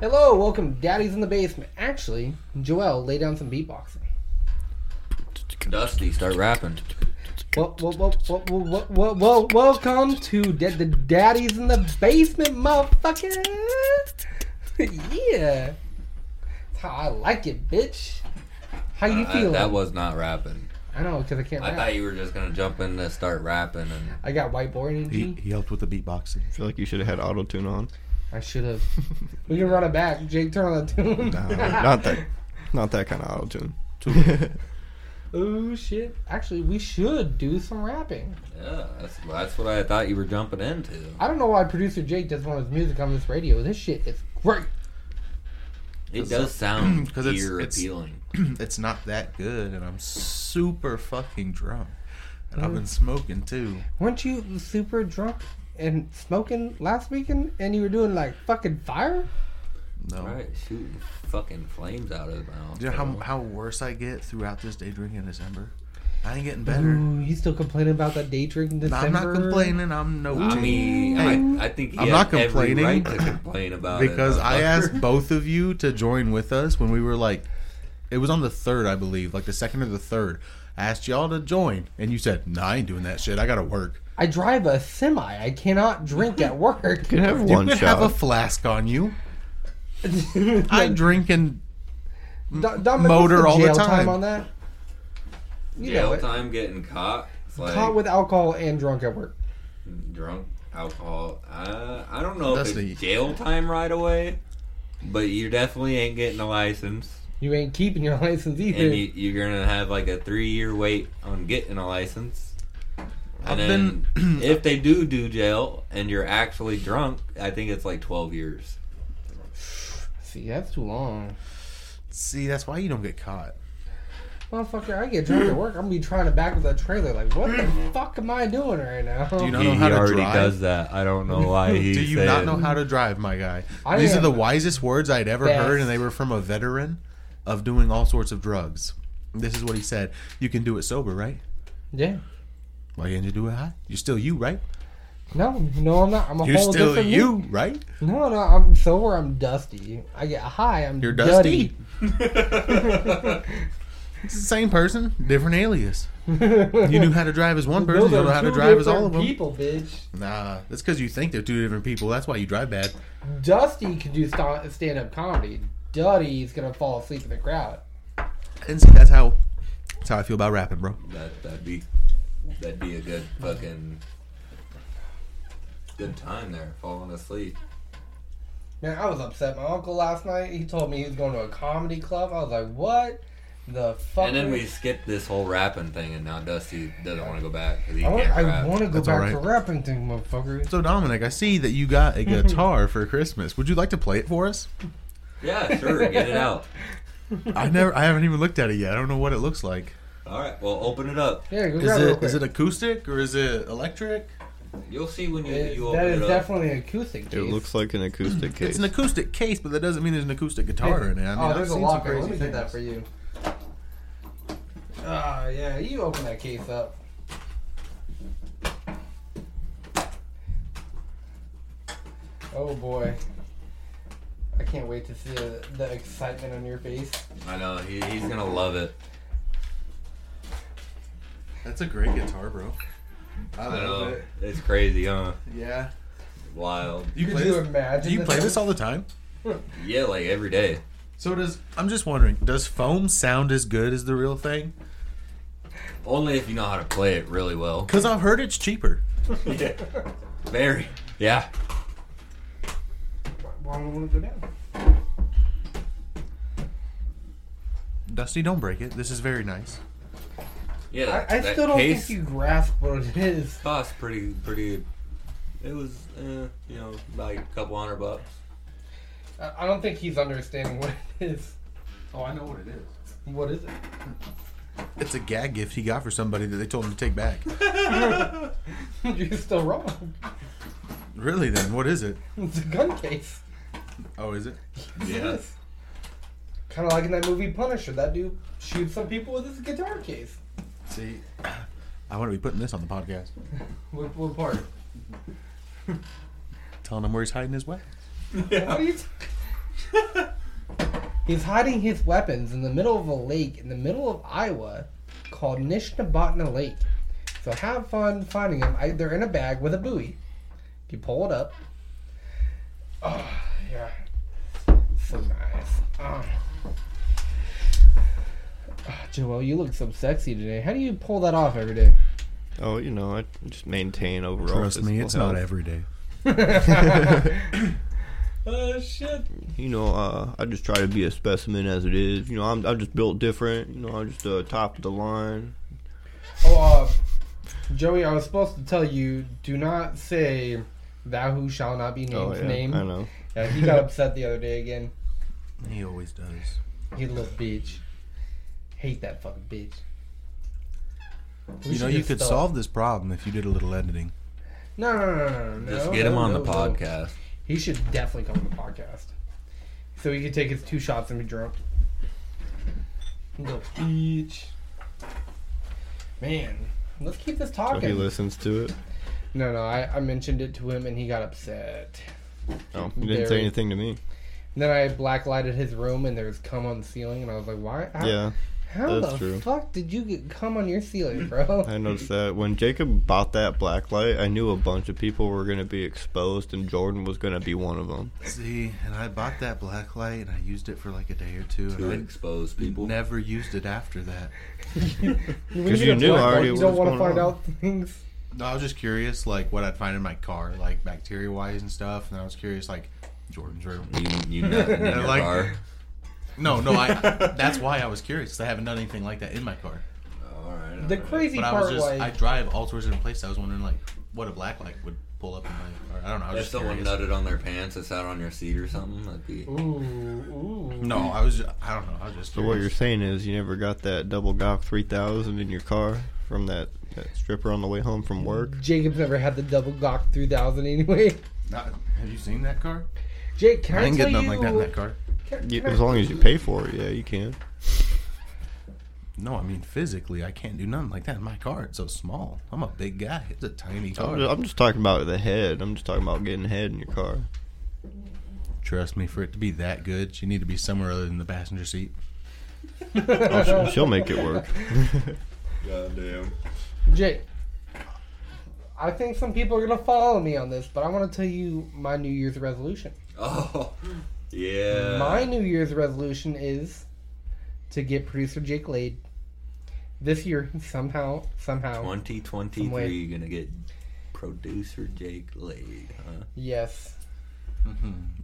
Hello, welcome, Daddy's in the basement. Actually, Joel, lay down some beatboxing. Dusty, start rapping. Well, well, well, well, well, well, well, welcome to da- the Daddy's in the basement, motherfucker. yeah, that's how I like it, bitch. How you Uh, feeling? that was not rapping. I know because I can't. I rap. thought you were just gonna jump in and start rapping, and I got whiteboard He, energy. he helped with the beatboxing. I feel like you should have had auto tune on. I should have. We can run it back. Jake, turn on the tune. No, not that, not that kind of auto tune. oh shit! Actually, we should do some rapping. yeah, that's that's what I thought you were jumping into. I don't know why producer Jake does one of his music on this radio. This shit is great. It does sound 'Cause it's- ear it's- appealing. it's not that good, and I'm super fucking drunk. And I've Mm. been smoking too. Weren't you super drunk and smoking last weekend, and you were doing like fucking fire? No. Right, shooting fucking flames out of his mouth. Do you know oh. how, so. how worse I get throughout this day drinking in December? I ain't getting better. Ooh, you still complaining about that day drink in December? I'm not complaining. I'm no I team. mean, Hey, I, I think he I'm had not every complaining. right to complain about it because I motherfucker. asked both of you to join with us when we were like, it was on the third, I believe, like the second or the third. I asked y'all to join, and you said, "No, I ain't doing that shit. I gotta work. I drive a semi. I cannot drink at work. You can have You one can shot. have a flask on you. I drink and Do- Dominic, motor what's all the jail time. on that. You know jail it. time getting caught, it's like Caught with alcohol and drunk at work. drunk alcohol. Uh, I don't know if Dusty. it's jail time right away, but you definitely ain't getting a license. You ain't keeping your license either. and you, you're gonna have like a three year wait on getting a license. And I've then if they do do jail and you're actually drunk, I think it's like twelve years. See, that's too long. see. That's why you don't get caught. Motherfucker, I get drunk at work. I'm gonna be trying to back up that trailer. Like, what the fuck am I doing right now? Do you not know how to drive? that. I don't know why he. Do you not know how to drive, my guy? I These are am the wisest words I'd ever heard, best. and they were from a veteran of doing all sorts of drugs. This is what he said: "You can do it sober, right? Yeah. Why can't you do it high? You're still you, right? No, no, I'm not. I'm a You're whole still different you, me. right? No, no, I'm sober. I'm dusty. I get high. I'm You're duddy. Dusty. it's the same person, different alias. You knew how to drive as one person. Those You don't are know how to two drive as all different of them. People, bitch. Nah, that's because you think they're two different people. That's why you drive bad. Dusty could do stand up comedy. Duddy's gonna fall asleep in the crowd. And see, that's how that's how I feel about rapping, bro. That that'd be that'd be a good fucking good time there, falling asleep. Man, I was upset. My uncle last night. He told me he was going to a comedy club. I was like, what the fuck? And then we skipped this whole rapping thing, and now Dusty doesn't want to go back because he I want, can't I rap. want to go That's back alright. to rapping thing, motherfucker. So Dominic, I see that you got a Mm-hmm. guitar for Christmas. Would you like to play it for us? Yeah, sure, get it out. I never, I haven't even looked at it yet. I don't know what it looks like. All right, well, open it up. Yeah, go Is grab it. Real it quick. is it acoustic or is it electric? You'll see when you, It's- you open that it is up. definitely an acoustic. It case. looks like an acoustic case. It's an acoustic case, but that doesn't mean there's an acoustic guitar in it. I mean, oh, I've there's a seen some lock. on it. Let crazy me get that for you. things. Ah, yeah. You open that case up. Oh boy. I can't wait to see the, the excitement on your face. I know he, he's gonna love it. That's a great guitar, bro. I I love know it. it's crazy, huh? Yeah. Wild. You Could play you this? imagine? Do you play this all the time? Yeah, like every day. So does I'm just wondering, does foam sound as good as the real thing? Only if you know how to play it really well. Because I've heard it's cheaper. yeah. Very. Yeah. Why don't want to go down? Dusty, don't break it. This is very nice. Yeah. That, I, I that still don't case think you grasp what it is. cost pretty pretty. It was, uh, you know, like a couple hundred bucks. I, I don't think he's understanding what it is. Oh, I know what it is. What is it? It's a gag gift he got for somebody that they told him to take back. You're still wrong. really? Then what is it? It's a gun case. Oh, is it? Yeah. Kind of like in that movie Punisher, that dude shoots some people with his guitar case. See, I want to be putting this on the podcast, What, what part? telling him where he's hiding his weapons. What are you He's hiding his weapons in the middle of a lake in the middle of Iowa called Nishnabotna Lake. So have fun finding them. I, they're in a bag with a buoy. You pull it up. Oh, yeah. So nice. Oh. Oh, Joel, you look so sexy today. How do you pull that off every day? Oh, you know, I just maintain overall. Trust me, physical it's health. not every day. Oh, shit. You know, uh, I just try to be a specimen as it is. You know, I'm I'm just built different. You know, I'm just uh, top of the line. Oh, uh, Joey, I was supposed to tell you do not say thou who shall not be named Oh, yeah, name. I know. Yeah, he got upset the other day again. He always does. He a little bitch. Hate that fucking bitch. We you know, should you just could stop. solve this problem if you did a little editing. No, no, no, no, no. Just no, get him no, on no, the no. podcast. He should definitely come on the podcast. So he could take his two shots and be drunk. And Go each. Man, let's keep this So talking. he listens to it. No, no, I, I mentioned it to him and he got upset. Oh, he didn't Very- say anything to me. And then I blacklighted his room and there was cum on the ceiling and I was like, why? Uh-huh. How, Yeah, how that's the true. fuck did you get cum on your ceiling, bro? I noticed that when Jacob bought that black light, I knew a bunch of people were going to be exposed, and Jordan was going to be one of them. See, and I bought that black light and I used it for like a day or two, To and expose I people. never used it after that. When you get knew blacked out, already You what don't was want to going find on. out things. No, I was just curious, like what I'd find in my car, like bacteria wise and stuff, and I was curious, like Jordan's room. You, you nut in your Like- car. No, no, I. that's why I was curious. 'cause I haven't done anything like that in my car. All right. all The right. crazy But I part was just, like, I drive all sorts of different places. I was wondering, like, what a black light would pull up in my. Or, I don't know. I was If just someone curious. nutted on their pants and sat on your seat or something, that'd be. ooh, ooh. No, I was. Just, I don't know. I was just. So what curious. you're saying is you never got that double Gok 3000 in your car from that, that stripper on the way home from work? Jacob's never had the double Gok 3000 anyway. Not- have you seen that car? Jake, can I, I didn't tell get nothing you, like that in that car. Can, You, can as I- long as you pay for it, yeah, you can. No, I mean physically, I can't do nothing like that in my car. It's so small. I'm a big guy. It's a tiny I'm car. just, I'm just talking about the head. I'm just talking about getting head in your car. Trust me, for it to be that good, you need to be somewhere other than the passenger seat. Oh, she'll, she'll make it work. Goddamn. Jake, I think some people are going to follow me on this, but I want to tell you my New Year's resolution. Oh, yeah. My New Year's resolution is to get producer Jake laid this year somehow. Somehow, 2023, you're gonna get producer Jake laid, huh? yes.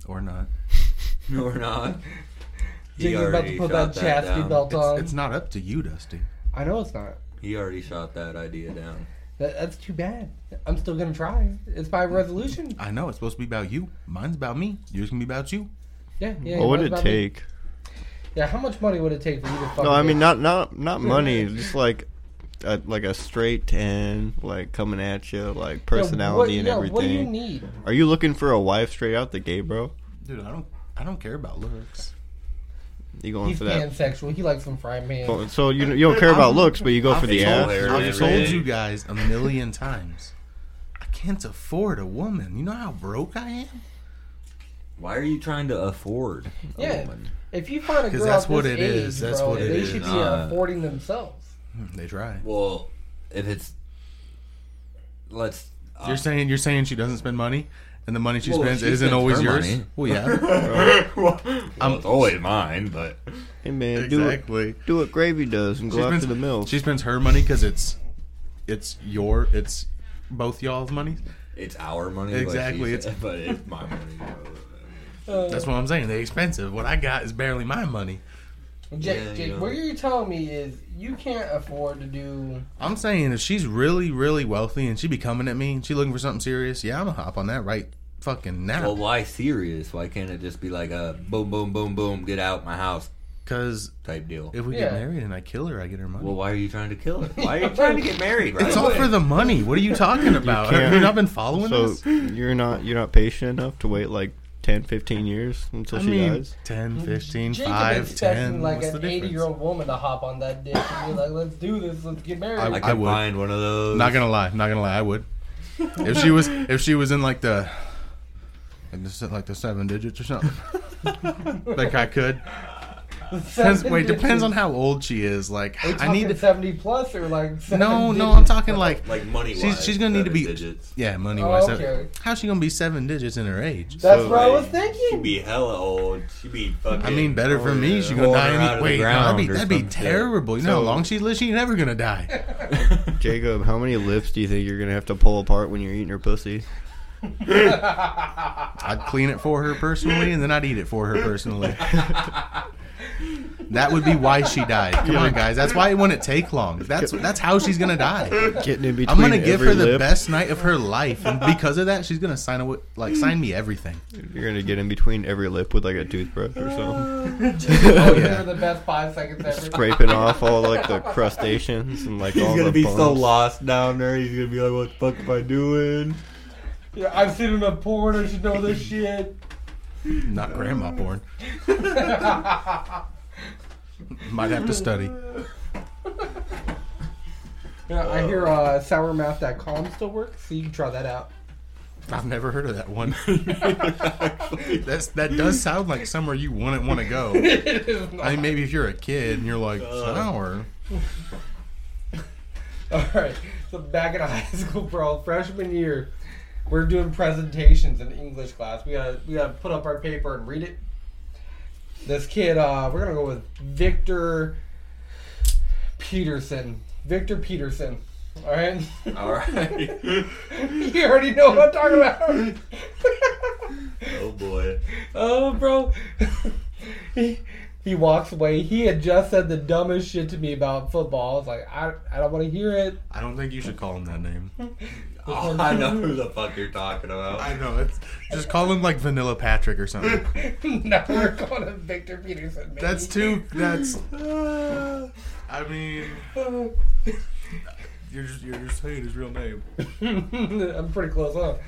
Or not. Or not? He Jake is about to already put that shot chastity down. belt It's, on. it's not up to you, Dusty. I know it's not. He already shot that idea down. That, that's too bad. I'm still gonna try. It's my resolution. I know it's supposed to be about you. Mine's about me. Yours can be about you. Yeah, yeah. what would that's it about me. take? Yeah, how much money would it take for you to fucking? No, I mean not not not money. Just like a, like a straight tan, like coming at you, like personality and everything. What do you need? Are you looking for a wife straight out the gate, bro? Dude, I don't. I don't care about looks. You going He's for that? pansexual. He likes some fried man. Well, So you you don't care about looks, but you go for the told ass. there. I've every told day. you guys a million times. I can't afford a woman. You know how broke I am. Why are you trying to afford a Yeah. woman? If you find a 'Cause girl that's at what this it age, is. That's bro, what it they is. should be Uh, affording themselves. Hmm, They try. Well, if it's. Let's. You're saying you're saying she doesn't spend money, and the money she Well, spends she isn't spends always her yours. money. Well, yeah, uh, well, it's always mine, but. Hey man, do exactly. what, do what gravy does and She go spends after the mills. She spends her money because it's it's your it's both y'all's money. It's our money. like she Exactly, said, it's- but it's my money. bro. That's what I'm saying. They're expensive. What I got is barely my money. Jake, Yeah, Jake, you know. what you're telling me is you can't afford to do. I'm saying if she's really really wealthy and she be coming at me and she looking for something serious, yeah, I'm gonna hop on that right fucking Well, now. why serious? Why can't it just be like a boom, boom, boom, boom, get out my house Because type deal? if we Yeah. get married and I kill her, I get her money. Well, why are you trying to kill her? Why are you trying to get married? Right it's all for away? the money. What are you talking about? can't- Have you not been following so this? you're not you're not patient enough to wait like 10, 15 years until I she mean, dies. 10, Mm-hmm. 15, Jake 5, expecting 10. like what's the an difference? eighty-year-old woman to hop on that dick and be like, "Let's do this. Let's get married." I I can would. find one of those. Not gonna lie, not gonna lie, I would. If she was, if she was in like the, like the, se- like the seven digits or something, like I could. Depends, Seven wait, digits. depends on how old she is. Like Are you I need talking to. seventy plus or like seven No, no, digits? I'm talking like Like money wise, She's- she's gonna need to be- digits. yeah, money Oh, wise. okay. How's she gonna be seven digits in her age? That's So, what I was like, thinking. She'd be hella old. She'd be fucking. I mean, better for oh, me. yeah. She gonna Pulling her die. out of Any, the wait, no, that'd be ground or that'd be some shit. terrible. You know how So- long she lives. She ain't never gonna die. Jacob, how many lips do you think you're gonna have to pull apart when you're eating her pussy? I'd clean it for her personally, and then I'd eat it for her personally. that would be why she died. Come on, guys. That's why it wouldn't take long. That's that's how she's gonna die. Getting in between. I'm gonna give every her the lip. best night of her life, and because of that, she's gonna sign away, like sign me everything. You're gonna get in between every lip with like a toothbrush or Uh, something, oh, yeah. the best five seconds ever. scraping off all like the crustaceans and like He's all gonna the be bumps. so lost down there. He's gonna be like, "What the fuck am I doing?" Yeah, I've seen him in porn. I should know this shit. Not grandma porn. Might have to study. Yeah, I hear uh, sourmouth.com still works, so you can try that out. I've never heard of that one. That's that does sound like somewhere you wouldn't want to go. It is not. I mean, maybe if you're a kid and you're like sour. All right. So back in high school, bro, freshman year, we're doing presentations in English class. We gotta we gotta put up our paper and read it. This kid, uh, we're gonna go with Victor Peterson. Victor Peterson. All right. All right. you already know what I'm talking about. oh boy. oh, bro. he, he walks away. He had just said the dumbest shit to me about football. I was like, I, I don't want to hear it. I don't think you should call him that name. Oh, I know who the fuck you're talking about. I know it's just call him like Vanilla Patrick or something. now we're calling him Victor Peterson. Maybe. That's too. That's. I mean, you're just you're just saying his real name. I'm pretty close on.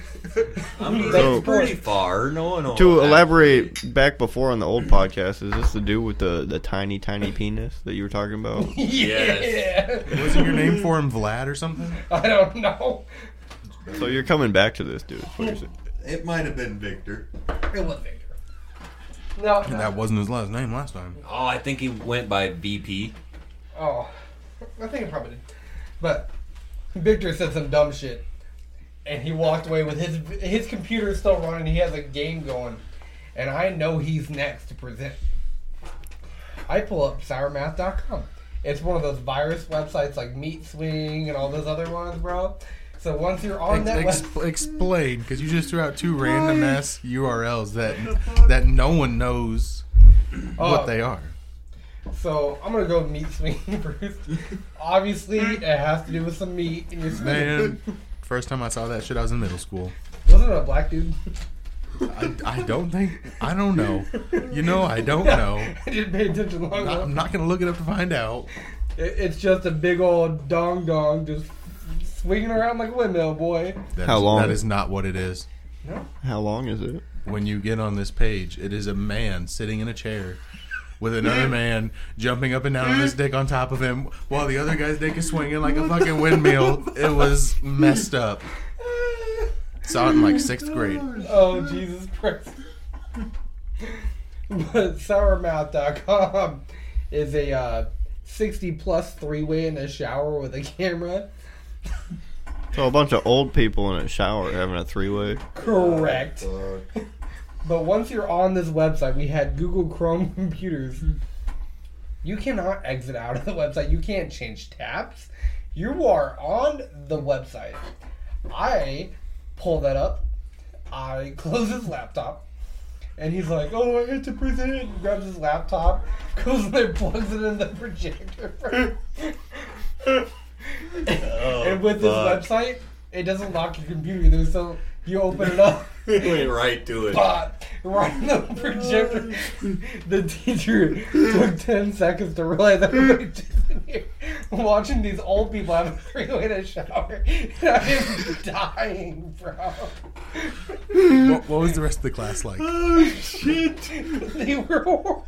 I mean, So- that's pretty far. No one will To actually- elaborate back before on the old podcast, is this the dude with the, the tiny, tiny penis that you were talking about? Yes. Yeah. Wasn't your name for him Vlad or something? I don't know. so you're coming back to this dude. is what you're saying. It might have been Victor. It was Victor. No. That wasn't his last name last time. Oh, I think he went by VP. Oh, I think it probably did. But Victor said some dumb shit, and he walked away with his his computer is still running. He has a game going, and I know he's next to present. I pull up sourmath.com. It's one of those virus websites like Meat Swing and all those other ones, bro. So once you're on Ex- that ex- web- explain, because you just threw out two random ass URLs that that no one knows Oh. what they are. so I'm gonna go meat swing first. Obviously, it has to do with some meat and you're swinging. Man, first time I saw that shit, I was in middle school. Wasn't it a black dude? I, I don't think I don't know. You know, I don't know. I didn't pay attention long I- enough. I'm not gonna look it up to find out. It- It's just a big old dong dong just swinging around like a windmill, boy. That How is- long? That is not what it is. No. How long is it? When you get on this page, it is a man sitting in a chair with another man jumping up and down on his dick on top of him while the other guy's dick is swinging like a fucking windmill. It was messed up. Saw it in like sixth grade. Oh, Jesus Christ. But sourmouth.com is a uh, 60 plus three way in a shower with a camera. So a bunch of old people in a shower having a three way. Correct. But once you're on this website, we had Google Chrome computers. You cannot exit out of the website. You can't change tabs. You are on the website. I pull that up. I close his laptop. And he's like, oh, I get to present it. Grabs his laptop, goes in there, plugs it in the projector. and with this Oh, fuck. website, it doesn't lock your computer either, so you open it up. He went right to it. spot right in the projector. the teacher took 10 seconds to realize that we were just in here watching these old people have a three way to shower. And I am dying, bro. What, what was the rest of the class like? Oh shit! they were horrible.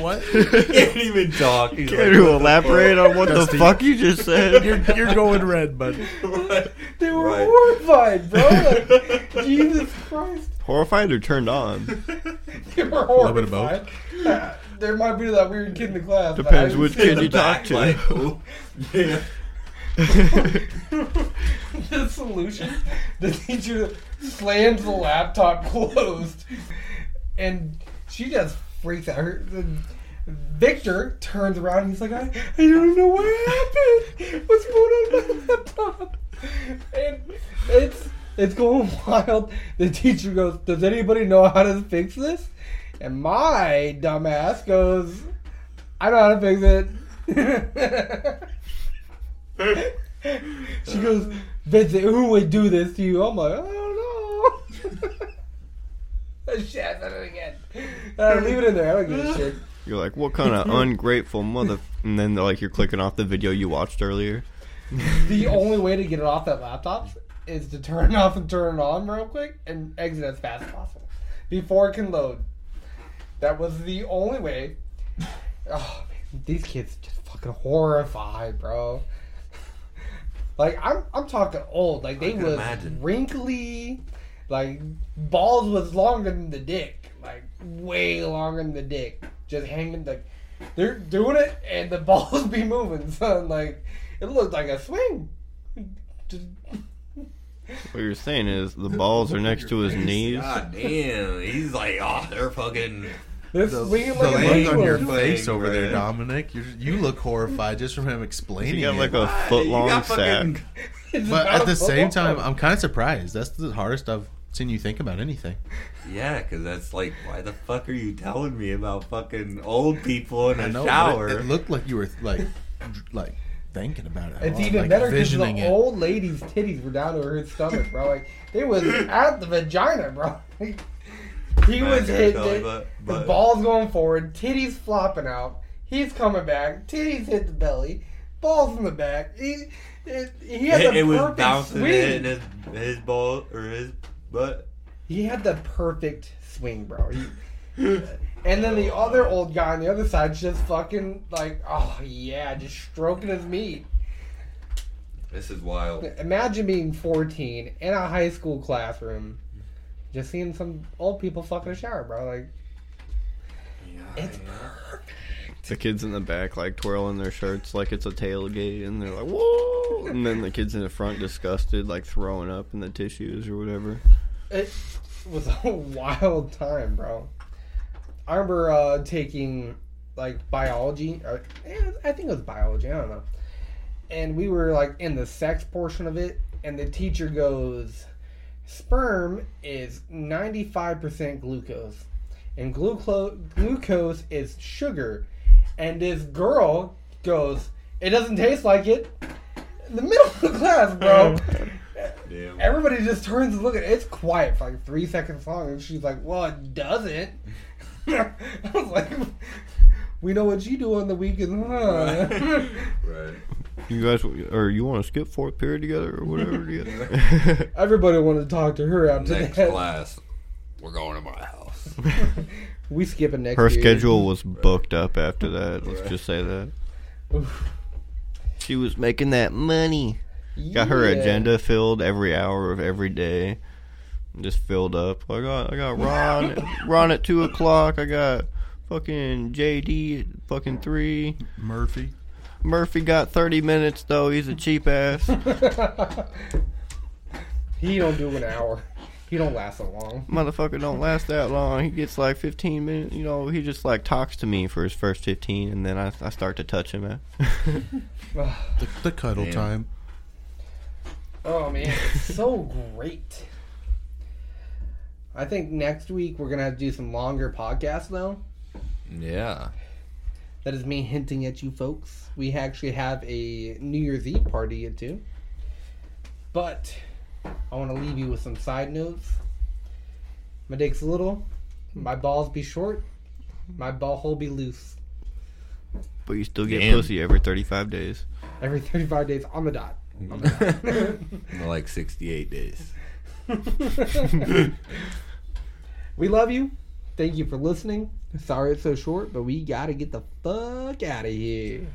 What? Can't even talk. He's Can like, you elaborate on what the Dusty. fuck you just said? You're, you're going red, bud. what? They were Right. horrified, bro. Like, Jesus Christ. Horrified or turned on? They were little bit of horrified. both. Uh, there might be that weird kid in the class. but I Depends didn't which see kid you talk Like, to. oh, yeah. the solution. The teacher slams the laptop closed, and she just freaks out. Her, the, Victor turns around. And he's like, I, I don't know what happened. What's going on with my laptop? And it's it's going wild. The teacher goes, Does anybody know how to fix this? And my dumbass goes, I know how to fix it. she goes, Vincent, who would do this to you? I'm like, I don't know. Shit, I said it again. Uh, leave it in there. I don't give a shit. You're like, what kind of ungrateful mother? And then like you're clicking off the video you watched earlier. The only way to get it off that laptop is to turn it off and turn it on real quick and exit as fast as possible before it can load. That was the only way. Oh man, these kids just fucking horrified, bro. Like I'm, I'm talking old. Like they can was imagine. wrinkly. Like balls was longer than the dick. Like way longer than the dick. Just hanging like they're doing it and the balls be moving, son. Like it looked like a swing. Just- What you're saying is the balls are next to his knees. God Ah, damn. He's like, oh, they're fucking. They're The, swinging the like a look on your pendulum. face over there, Right. Dominic. You're, you look horrified just from him explaining. He got it. like a foot You long got sack. fucking- It's But about at the a same football. time, I'm kind of surprised. That's the hardest I've seen you think about anything. Yeah, because that's like, why the fuck are you telling me about fucking old people in a but it- shower? It, looked like you were like, dr- like thinking about it. It's hard, even like, better because visioning the it. old lady's titties were down to her stomach, bro. Like they was at the vagina, bro. Like, he I was can't hit tell you, the, but- the but- balls going forward, titties flopping out. He's coming back, titties hit the belly, balls in the back. He it, he had it, the it was perfect bouncing in swing. his, his ball or his butt. He had the perfect swing, bro. He- and then the Oh. other old guy on the other side's just fucking like, oh yeah, just stroking his meat. This is wild. Imagine being 14 in a high school classroom, just seeing some old people fucking a shower, bro. Like, it's The kids in the back like twirling their shirts like it's a tailgate, and they're like, whoa! And then the kids in the front disgusted, like throwing up in the tissues or whatever. it was a wild time, bro. I remember uh, taking like biology, or yeah, I think it was biology. I don't know. And we were like in the sex portion of it, and the teacher goes, "Sperm is ninety-five percent glucose, and glucose glucose is sugar." And this girl goes, "It doesn't taste like it." In the middle of the class, bro. Damn. Everybody just turns and look at it. It's quiet for like three seconds long, and she's like, "Well, it doesn't." I was like, "We know what you do on the weekend, huh?" Right. You guys, or you want to skip fourth period together or whatever together? Everybody wanted to talk to her after Next that. class, we're going to my house. We skipping next. Her year. schedule was booked up after that. Let's just say that. Oof. She was making that money. Got her Yeah. agenda filled every hour of every day. Just filled up. I got I got Ron Ron at two o'clock. I got fucking JD at fucking three. Murphy. Murphy got thirty minutes though. He's a cheap ass. he don't do an hour. He don't last so long. Motherfucker don't last that long. He gets like fifteen minutes. You know, he just like talks to me for his first fifteen, and then I I start to touch him. The, the cuddle Yeah. time. Oh man, it's so great. I think next week we're gonna have to do some longer podcasts though. Yeah. That is me hinting at you folks. We actually have a New Year's Eve party at 2. But I want to leave you with some side notes. My dick's little. My balls be short. My ball hole be loose. But you still get Damn. pussy every thirty five days. Every 35 days on the dot. like 68 days. we love you. Thank you for listening. Sorry it's so short, but we got to get the fuck out of here.